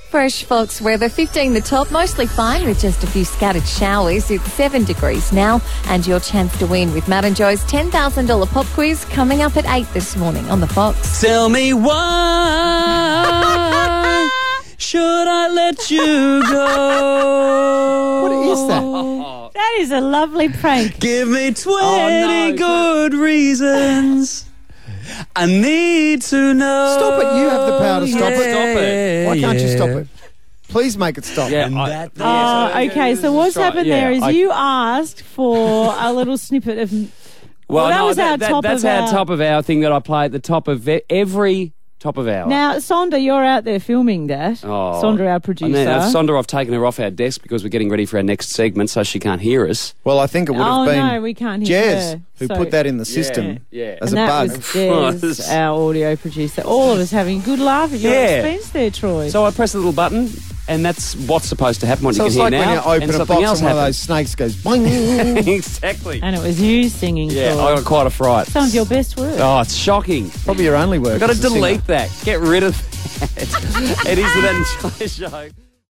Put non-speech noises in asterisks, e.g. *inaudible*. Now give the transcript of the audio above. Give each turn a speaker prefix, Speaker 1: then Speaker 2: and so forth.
Speaker 1: fresh Fox weather. 15 the top, mostly fine with just a few scattered showers. It's 7 degrees now, and your chance to win with Matt and Joy's $10,000 pop quiz coming up at 8 this morning on the Fox.
Speaker 2: Tell me why should I let you go?
Speaker 3: What is that?
Speaker 4: That is a lovely prank.
Speaker 2: Give me 20
Speaker 3: Oh, no.
Speaker 2: good reasons. I need to know.
Speaker 3: Stop it. You have the power to stop it.
Speaker 2: Stop it.
Speaker 3: Why can't you stop it? Please make it stop.
Speaker 5: Yeah,
Speaker 2: And
Speaker 5: I-
Speaker 2: that-
Speaker 5: yeah,
Speaker 4: Oh, okay. So what's
Speaker 5: Try it,
Speaker 4: happened
Speaker 5: yeah,
Speaker 4: there is
Speaker 5: I-
Speaker 4: you asked for a little snippet of.
Speaker 5: *laughs* Well,
Speaker 4: Well, that
Speaker 5: no,
Speaker 4: was our top
Speaker 5: That's
Speaker 4: of
Speaker 5: our,
Speaker 4: our-
Speaker 5: top of our thing that I play at the top of e- every top of our.
Speaker 4: Now, Sonda, you're out there filming that.
Speaker 5: Oh.
Speaker 4: Sondra, our
Speaker 5: And
Speaker 4: producer.
Speaker 5: then, uh, Sonda, I've taken her off our desk because we're getting ready for our next segment, so she can't hear us.
Speaker 3: Well, I think it would have
Speaker 4: Oh,
Speaker 3: been
Speaker 4: no, we can't hear
Speaker 3: Jez
Speaker 4: her.
Speaker 3: who
Speaker 4: So-
Speaker 3: put that in the system
Speaker 5: Yeah.
Speaker 3: as
Speaker 4: and
Speaker 3: a
Speaker 4: that
Speaker 3: bug.
Speaker 5: *laughs*
Speaker 4: was Des,
Speaker 5: Was.
Speaker 4: our audio producer. All of us having a good laugh at your
Speaker 5: Yeah.
Speaker 4: expense there, Troy.
Speaker 5: So I press the little button, and that's what's supposed to happen. What
Speaker 3: so
Speaker 5: you
Speaker 3: it's
Speaker 5: can
Speaker 3: like
Speaker 5: hear
Speaker 3: when you
Speaker 5: now, and
Speaker 3: open a
Speaker 5: something
Speaker 3: box
Speaker 5: else
Speaker 3: and one of those
Speaker 5: happens.
Speaker 3: snakes goes
Speaker 5: *laughs*
Speaker 3: boing. *laughs*
Speaker 5: exactly.
Speaker 4: and it was you singing.
Speaker 5: Yeah,
Speaker 4: Troy.
Speaker 5: I got quite a fright.
Speaker 4: Some of your best work.
Speaker 5: Oh, it's shocking.
Speaker 3: Probably your only work.
Speaker 5: I've got to
Speaker 3: as a
Speaker 5: *laughs*
Speaker 3: singer.
Speaker 5: delete that. Get rid of that. it is the Dan and Joy show.